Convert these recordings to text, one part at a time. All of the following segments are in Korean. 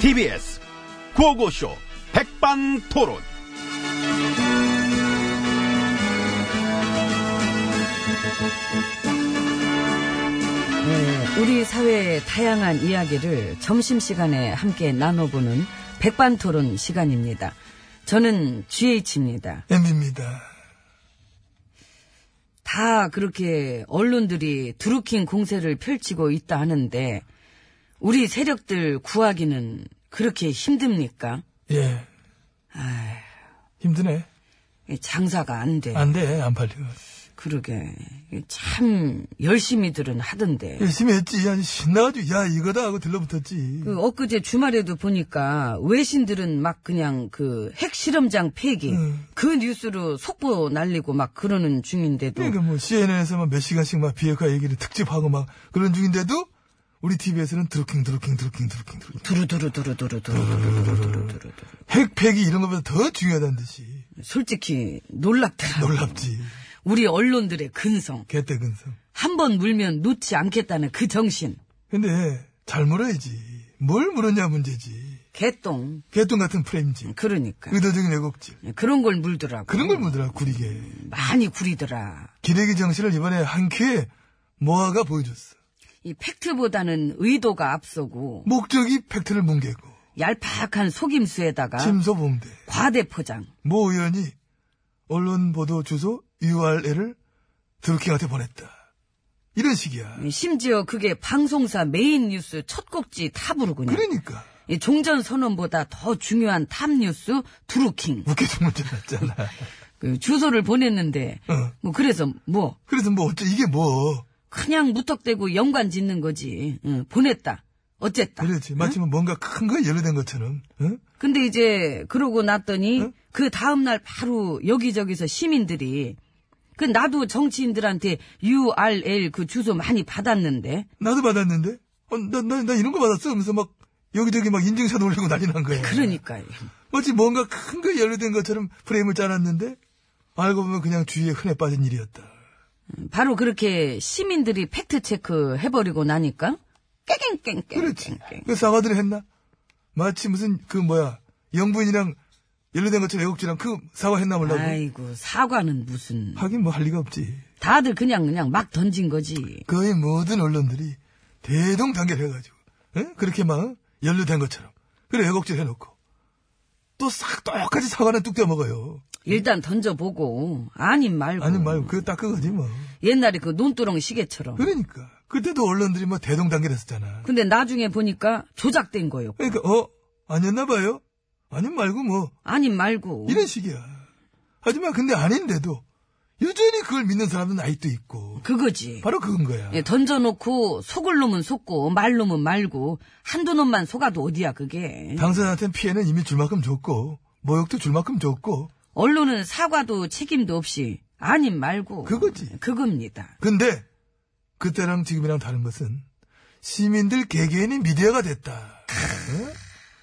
TBS 구호고쇼 백반토론 우리 사회의 다양한 이야기를 점심시간에 함께 나눠보는 백반토론 시간입니다. 저는 GH입니다. M입니다. 다 그렇게 언론들이 드루킹 공세를 펼치고 있다 하는데 우리 세력들 구하기는 그렇게 힘듭니까? 예. 힘드네. 이 장사가 안 돼. 안 돼, 안 팔려. 그러게. 이게 참 열심히들은 하던데. 열심히 했지. 아니, 신나가지고, 야, 이거다 하고 들러붙었지. 그 엊그제 주말에도 보니까 외신들은 막 그냥 그 핵실험장 폐기 음. 그 뉴스로 속보 날리고 막 그러는 중인데도 그러니까 뭐, CNN에서 막 몇 시간씩 막 비핵화 얘기를 특집하고 막 그런 중인데도, 우리 TV에서는 드루킹, 드루킹, 드루킹, 드루킹, 드루킹. 두루두루두루두루두루두루두루두루 핵, 폐기 이런 것보다 더 중요하다는 듯이. 솔직히 놀랍다. 놀랍지. 우리 언론들의 근성 개떼근성. 한 번 물면 놓지 않겠다는 그 정신 근데, 잘 물어야지. 뭘 물었냐 문제지. 개똥 개똥 같은 프레임지. 그러니까 의도적인 왜곡지. 그런 걸 물더라고. 그런 걸 물더라, 구리게. 많이 구리더라. 기레기 정신을 이번에 한 큐에 모아가 보여줬어. 이 팩트보다는 의도가 앞서고 목적이 팩트를 뭉개고 얄팍한 속임수에다가 침소봉대 과대 포장. 모 의원이 언론 보도 주소 URL을 드루킹한테 보냈다. 이런 식이야. 음. 심지어 그게 방송사 메인 뉴스 첫 곡지 탑으로군요. 그러니까 이 종전 선언보다 더 중요한 탑 뉴스 드루킹. 웃기지 문제 났잖아. 그 주소를 보냈는데 어. 뭐 그래서 뭐 그래서 뭐 어째 이게 뭐 그냥 무턱대고 연관 짓는 거지. 응, 보냈다. 어쨌다. 그렇지 마치 뭔가 큰 거 연루된 것처럼. 응? 근데 이제 그러고 났더니 응? 그 다음 날 바로 여기저기서 시민들이 그 나도 정치인들한테 URL 그 주소 많이 받았는데 나도 받았는데 어, 나, 나, 나 이런 거 받았어. 하면서 막 여기저기 막 인증샷 올리고 난리 난 거야. 그러니까요. 마치 뭔가 큰 거 연루된 것처럼 프레임을 짜놨는데 알고 보면 그냥 주위에 흔해 빠진 일이었다. 바로 그렇게 시민들이 팩트 체크 해버리고 나니까 깨갱깽깽. 그렇지. 그 사과들 했나? 마치 무슨 그 뭐야 영부인이랑 연루된 것처럼 애국지랑 그 사과했나 몰라고. 아이고 사과는 무슨 하긴 뭐 할 리가 없지. 다들 그냥 그냥 막 던진 거지. 거의 모든 언론들이 대동단결해가지고 응? 그렇게 막 연루된 것처럼 그래 애국질 해놓고 또 싹 똑같이 사과는 뚝 떼먹어요. 일단 던져보고 아님 말고. 아니 말고 그딱 그거지 뭐. 옛날에 그 논두렁 시계처럼. 그러니까 그때도 언론들이 뭐 대동단결했었잖아. 근데 나중에 보니까 조작된 거요. 그러니까 어 아니었나 봐요. 아님 말고 뭐 아님 말고. 이런 식이야. 하지만 근데 아닌데도 여전히 그걸 믿는 사람은 아직도 있고 그거지. 바로 그건 거야. 예, 던져놓고 속을 놈은 속고 말 놈은 말고 한두 놈만 속아도 어디야 그게. 당사자한테는 피해는 이미 줄 만큼 줬고 모욕도 줄 만큼 줬고 언론은 사과도 책임도 없이 아님 말고. 그거지. 그겁니다. 근데 그때랑 지금이랑 다른 것은 시민들 개개인이 미디어가 됐다. 어?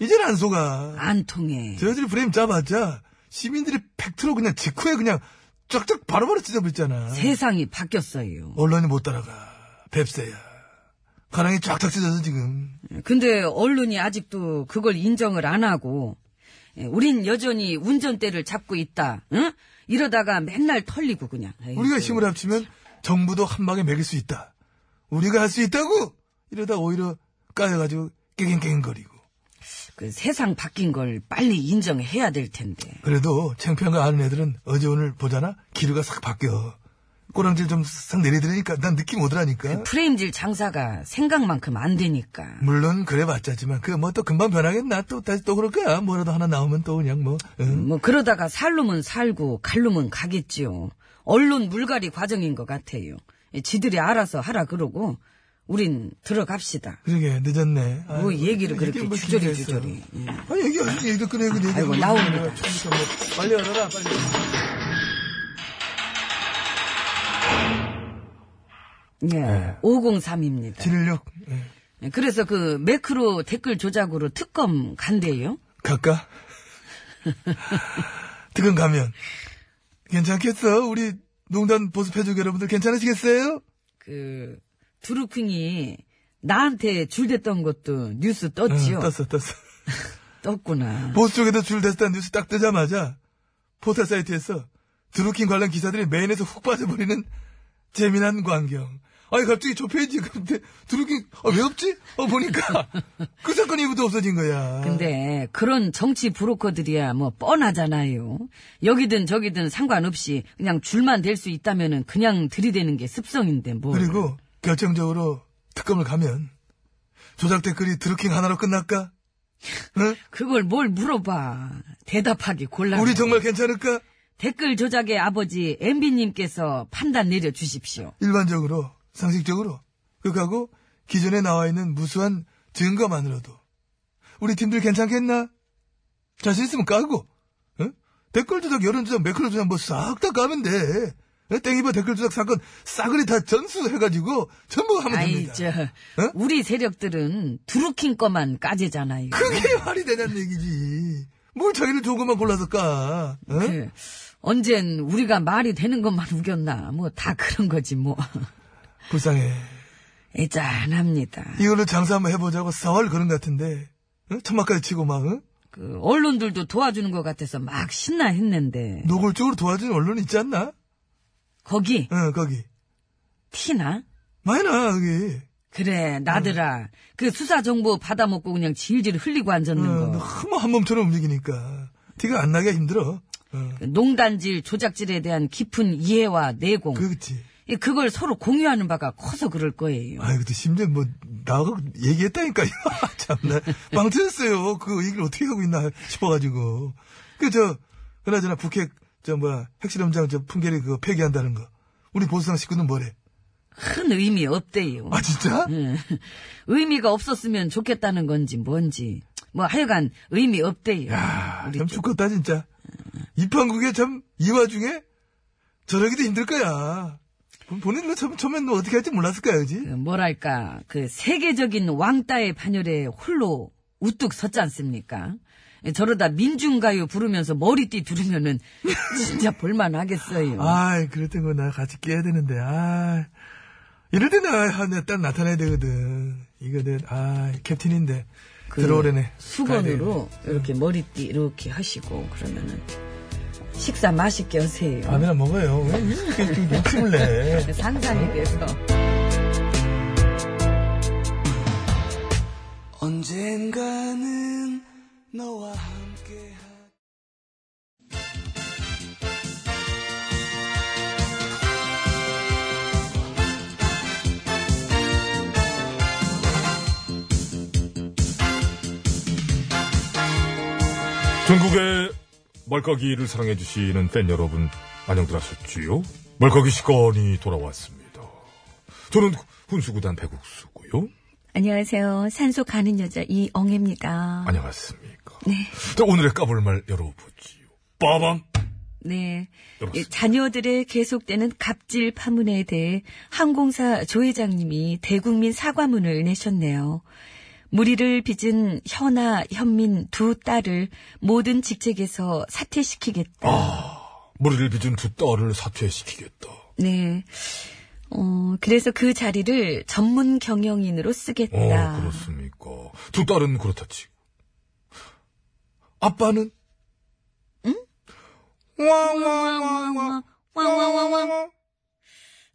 이젠 안 속아. 안 통해. 저희들이 프레임 짜봤자 시민들이 팩트로 그냥 직후에 그냥 쫙쫙 바로바로 찢어버리잖아. 세상이 바뀌었어요. 언론이 못 따라가. 뱁새야. 가랑이 쫙쫙 찢어서 지금. 근데 언론이 아직도 그걸 인정을 안 하고 예, 우린 여전히 운전대를 잡고 있다. 응? 이러다가 맨날 털리고 그냥. 아이고. 우리가 힘을 합치면 정부도 한 방에 매길 수 있다. 우리가 할 수 있다고! 이러다 오히려 까여가지고 깨갱깨갱거리고. 그 세상 바뀐 걸 빨리 인정해야 될 텐데. 그래도 창피한 거 아는 애들은 어제 오늘 보잖아? 기류가 싹 바뀌어. 꼬랑질 좀 싹 내리더라니까 난 느낌 오더라니까. 프레임질 장사가 생각만큼 안 되니까. 물론 그래봤자지만 그 뭐 또 금방 변하겠나 또 다시 또 그럴 거야 뭐라도 하나 나오면 또 그냥 뭐 응. 뭐 그러다가 살 놈은 살고 갈 놈은 가겠지요. 언론 물갈이 과정인 것 같아요. 예, 지들이 알아서 하라 그러고 우린 들어갑시다. 그러게 늦었네 아이고, 뭐 얘기를 이게 그렇게 뭐 주저리 길게 했어. 주저리. 예. 아니 여기 어디 얘기도 끊어 뭐 여기 얘기 아이고, 나옵니다. 빨리 열어라 빨리 예, 503입니다. 716 예. 그래서 그 매크로 댓글 조작으로 특검 간대요. 갈까? 특근 가면 괜찮겠어 우리 농단 보수패족 여러분들 괜찮으시겠어요? 그 두루킹이 나한테 줄댔던 것도 뉴스 떴지요. 응, 떴어 떴어 떴구나. 보수 쪽에도 줄 댔다는 뉴스 딱 뜨자마자 포털 사이트에서 드루킹 관련 기사들이 메인에서 훅 빠져버리는 재미난 광경. 아니 갑자기 저 페이지 근데 드루킹 아, 왜 없지? 어 보니까 그 사건 이후부터 없어진 거야. 근데 그런 정치 브로커들이야 뭐 뻔하잖아요. 여기든 저기든 상관없이 그냥 줄만 될 수 있다면은 그냥 들이대는 게 습성인데 뭐. 그리고 결정적으로 특검을 가면 조작 댓글이 드루킹 하나로 끝날까? 응? 걸뭘 물어봐. 대답하기 곤란. 우리 정말 괜찮을까? 댓글 조작의 아버지 엠비님께서 판단 내려 주십시오. 일반적으로 상식적으로 그하고 기존에 나와 있는 무수한 증거만으로도 우리 팀들 괜찮겠나? 자신 있으면 까고 응? 댓글 조작, 여론 조작, 매크로 조작 뭐 싹 다 까면 돼. 응? 땡이버 댓글 조작 사건 싸그리 다 전수해가지고 전부 하면 아이 됩니다. 어? 저 응? 우리 세력들은 두루킹 거만 까재잖아요. 그게 어? 말이 되냐는 얘기지. 뭘 자기를 조금만 골라서 까. 어? 응? 그, 언젠 우리가 말이 되는 것만 우겼나 뭐 다 그런 거지 뭐 불쌍해. 애짠합니다. 이걸로 장사 한번 해보자고 사활 그런 것 같은데 응? 천막까지 치고 막 어? 응? 그 언론들도 도와주는 것 같아서 막 신나 했는데 노골적으로 도와주는 언론 있지 않나? 거기 응 거기. 티나? 많이 나, 여기. 그래 나들아 그 수사 정보 받아먹고 그냥 질질 흘리고 앉았는 어, 거 너무 한 몸처럼 움직이니까. 티가 안 나게 힘들어. 어, 그 농단질 조작질에 대한 깊은 이해와 내공 그, 그치. 이 그걸 서로 공유하는 바가 커서 그럴 거예요. 아이, 근데 심지어 뭐, 나하고 얘기했다니까요. 참나. 빵 터졌어요. 그 얘기를 어떻게 하고 있나 싶어가지고. 그, 저, 그나저나 북핵, 저, 뭐야, 핵실험장 저 풍계리 그거 폐기한다는 거. 우리 보수당 식구는 뭐래? 큰 의미 없대요. 아, 진짜? 응. 의미가 없었으면 좋겠다는 건지 뭔지 뭐 하여간 의미 없대요. 야, 우리 아, 참 쪽. 죽겠다, 진짜. 이 판국에 참, 이 와중에 저러기도 힘들 거야. 본인도 처음, 처음엔 뭐 어떻게 할지 몰랐을 거야, 그지? 그 뭐랄까 그 세계적인 왕따의 반열에 홀로 우뚝 섰지 않습니까? 예, 저러다 민중가요 부르면서 머리띠 두르면은 진짜 볼만하겠어요. 아이, 그럴 땐 그거 나 같이 깨야 되는데, 아 이럴 때는, 아, 내가 딱 나타나야 되거든. 이거 내, 아 캡틴인데. 그 들어오래네. 수건으로 이렇게 머리띠 이렇게 하시고 그러면은 식사 맛있게 하세요. 밥이나 먹어요. 왜 이렇게 좀 욕심을 내. 상상이 돼서. 언젠가는 너와 함께 전국의 말까기를 사랑해주시는 팬 여러분, 안녕들 하셨지요? 말까기 시간이 돌아왔습니다. 저는 훈수구단 배국수고요. 안녕하세요. 산소 가는 여자 이엉입니다. 안녕하십니까. 네. 자, 오늘의 까불 말 열어보지요. 빠밤! 네. 열었습니다. 자녀들의 계속되는 갑질 파문에 대해 항공사 조 회장님이 대국민 사과문을 내셨네요. 무리를 빚은 현아, 현민 두 딸을 모든 직책에서 사퇴시키겠다. 머리를 아, 빚은 두 딸을 사퇴시키겠다. 네. 어, 그래서 그 자리를 전문 경영인으로 어, 쓰겠다. 그렇습니까. 두 딸은 그렇다 치고. 아빠는? 응? 와와와와. 왕왕왕왕.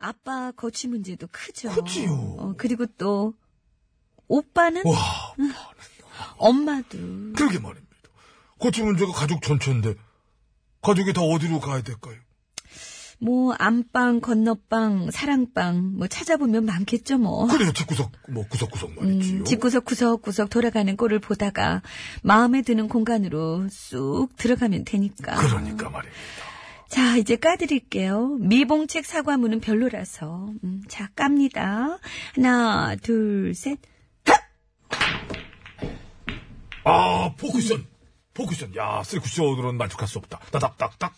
아빠 거취 문제도 크죠. 크지요. 어, 그리고 또 오빠는 와. 엄마도 그러게 말입니다. 그 고치 문제가 가족 전체인데 가족이 다 어디로 가야 될까요? 뭐 안방, 건너방, 사랑방 뭐 찾아보면 많겠죠 뭐. 그래요, 집구석, 뭐, 구석구석 말이지요. 음, 집구석 구석구석 돌아가는 꼴을 보다가 마음에 드는 공간으로 쑥 들어가면 되니까. 그러니까 말입니다. 자, 이제 까드릴게요. 미봉책 사과문은 별로라서. 음, 자, 깝니다. 하나, 둘, 셋. 아, 포쿠션! 포쿠션. 야, 쓰리 쿠션으로는 만족할 수 없다. 따닥따닥딱.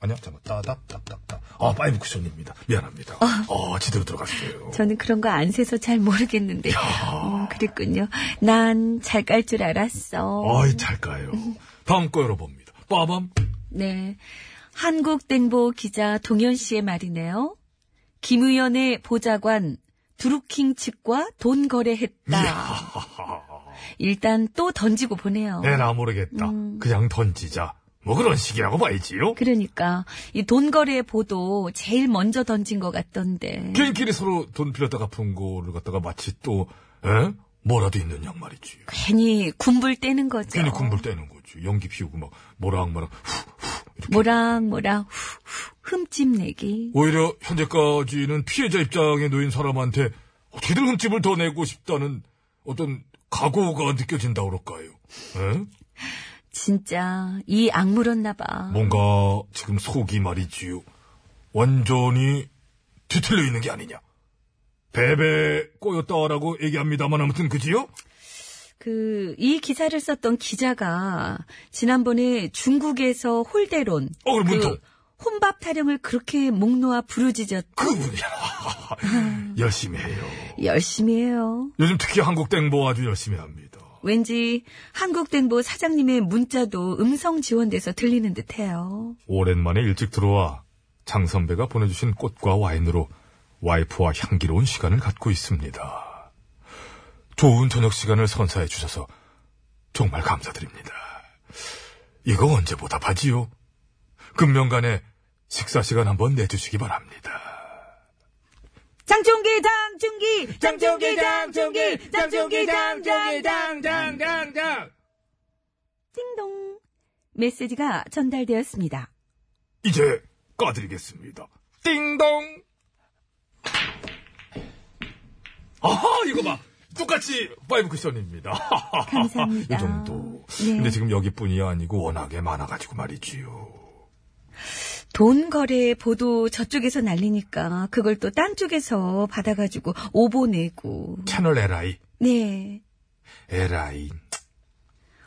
아니야, 잠깐. 따닥따닥딱. 아, 파이브 쿠션입니다. 미안합니다. 아, 제대로 들어갔어요. 저는 그런 거 안 세서 잘 모르겠는데. 어, 그랬군요. 난 잘 깔 줄 알았어. 아이, 잘 가요. 다음 거 열어봅니다. 빠밤. 네. 한국땡보 기자 동현 씨의 말이네요. 김의연의 보좌관 드루킹 측과 돈 거래했다. 일단 또 던지고 보내요. 네, 내나 모르겠다. 그냥 던지자. 뭐 그런 식이라고 봐야지요. 그러니까 이 돈 거래 보도 제일 먼저 던진 것 같던데. 개인끼리 서로 돈 빌렸다 갚은 거를 갖다가 마치 또, 에? 뭐라도 있는 양 말이지요. 괜히 군불 떼는 거죠. 괜히 군불 떼는 거지. 연기 피우고 막, 모락모락, 후, 후, 이렇게. 모랑 모랑 후, 후, 흠집 내기. 오히려 현재까지는 피해자 입장에 놓인 사람한테 어떻게든 흠집을 더 내고 싶다는 어떤 각오가 느껴진다 그럴까요? 에? 진짜 이 악물었나 뭐 봐. 뭔가 지금 속이 말이지요. 완전히 뒤틀려 있는 게 아니냐. 베베 꼬였다라고 얘기합니다만 아무튼 그지요? 그 이 기사를 썼던 기자가 지난번에 중국에서 홀대론 어, 그럼 문통. 그 혼밥 타령을 그렇게 목 놓아 부르짖었 그 그분이야. 열심히 해요. 열심히 해요. 요즘 특히 한국 땡보 아주 열심히 합니다. 왠지 한국땡보 사장님의 문자도 음성 지원돼서 들리는 듯해요. 오랜만에 일찍 들어와 장 선배가 보내주신 꽃과 와인으로 와이프와 향기로운 시간을 갖고 있습니다. 좋은 저녁 시간을 선사해 주셔서 정말 감사드립니다. 이거 언제 보답하지요? 금명간에 식사 시간 한번 내주시기 바랍니다. 장충기 장충기 장충기 장충기 장충기 장충기 장장장장. 띵동 메시지가 전달되었습니다. 이제 까드리겠습니다. 띵동. 아하 이거 봐. 똑같이 파이브 쿠션입니다. 감사합니다. 이 정도. 아, 네. 근데 지금 여기뿐이 아니고 워낙에 많아가지고 말이지요. 돈 거래 보도 저쪽에서 날리니까 그걸 또 딴 쪽에서 받아가지고 오보 내고 채널 LI. 네 LI.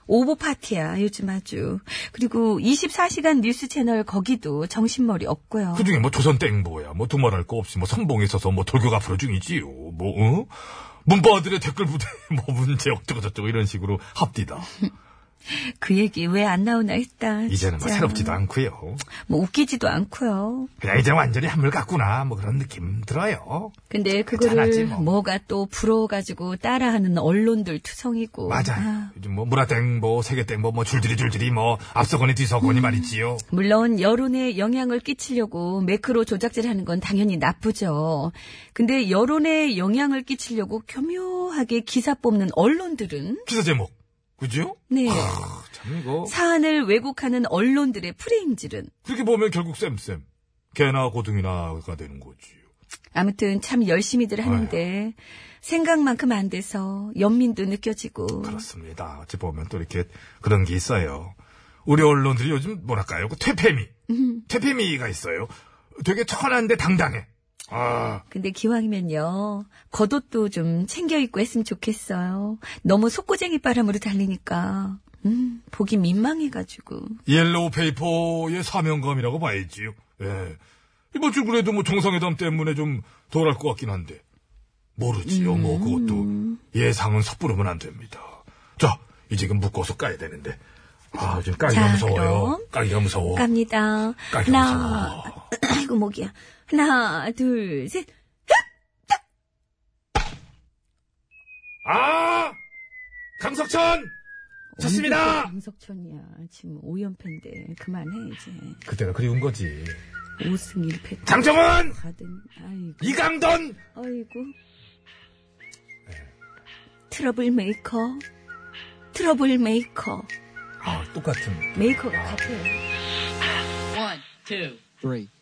오보 파티야 요즘 아주 그리고 24시간 뉴스 채널 거기도 정신머리 없고요. 그 중에 뭐 조선 땡보야. 뭐 두말할 거 없이 뭐 선봉에 있어서 뭐 돌격 앞으로 중이지요. 뭐, 어? 문바들의 댓글 부대, 뭐 문제 어쩌고저쩌고 이런 식으로 합디다. 그 얘기 왜 안 나오나 했다. 이제는 뭐 진짜. 새롭지도 않고요. 뭐 웃기지도 않고요. 그냥 이제 완전히 한물 갔구나. 뭐 그런 느낌 들어요. 근데 괜찮아지, 그거를 뭐. 뭐. 가또 부러워가지고 따라하는 언론들 투성이고. 맞아요. 아, 요즘 뭐 무라땡보, 세계땡보, 뭐 줄줄이 줄줄이 뭐 앞서거니 뒤서거니 말이지요. 물론 여론에 영향을 끼치려고 매크로 조작질하는 건 당연히 나쁘죠. 근데 여론에 영향을 끼치려고 교묘하게 기사 뽑는 언론들은 기사 제목. 그죠? 네 아, 참 이거. 사안을 왜곡하는 언론들의 프레임질은 그렇게 보면 결국 쌤쌤. 개나 고등이나가 되는 거지요. 아무튼 참 열심히들 하는데 생각만큼 안 돼서 연민도 느껴지고 그렇습니다. 어찌 보면 또 이렇게 그런 게 있어요. 우리 언론들이 요즘 뭐랄까요? 그 퇴폐미. 음. 퇴폐미가 있어요. 되게 천한데 당당해. 아, 근데 기왕이면요 겉옷도 좀 챙겨 입고 했으면 좋겠어요. 너무 속고쟁이 바람으로 달리니까 음, 보기 민망해가지고 옐로우 페이퍼의 사명감이라고 봐야지요. 예. 이번 주 그래도 뭐 정상회담 때문에 좀 덜할 것 같긴 한데. 모르지요. 음. 뭐 그것도 예상은 섣부르면 안 됩니다. 자, 이제 그 묶어서 까야 되는데. 아, 지금 까기가 자, 무서워요. 그럼. 까기가 무서워. 갑니다. 까기 하나, 무서워. 아이고 목이야. 하나, 둘, 셋. 아! 강석천! 좋습니다! 강석천이야. 지금 오연패인데 그만해 이제. 그때가 그리운 거지. 5승 1패. 장정은! 가든 아이고 이강돈! 아이고. 네. 트러블 메이커. 트러블 메이커. 아, 똑같은. 메이커가 같아요. one two three,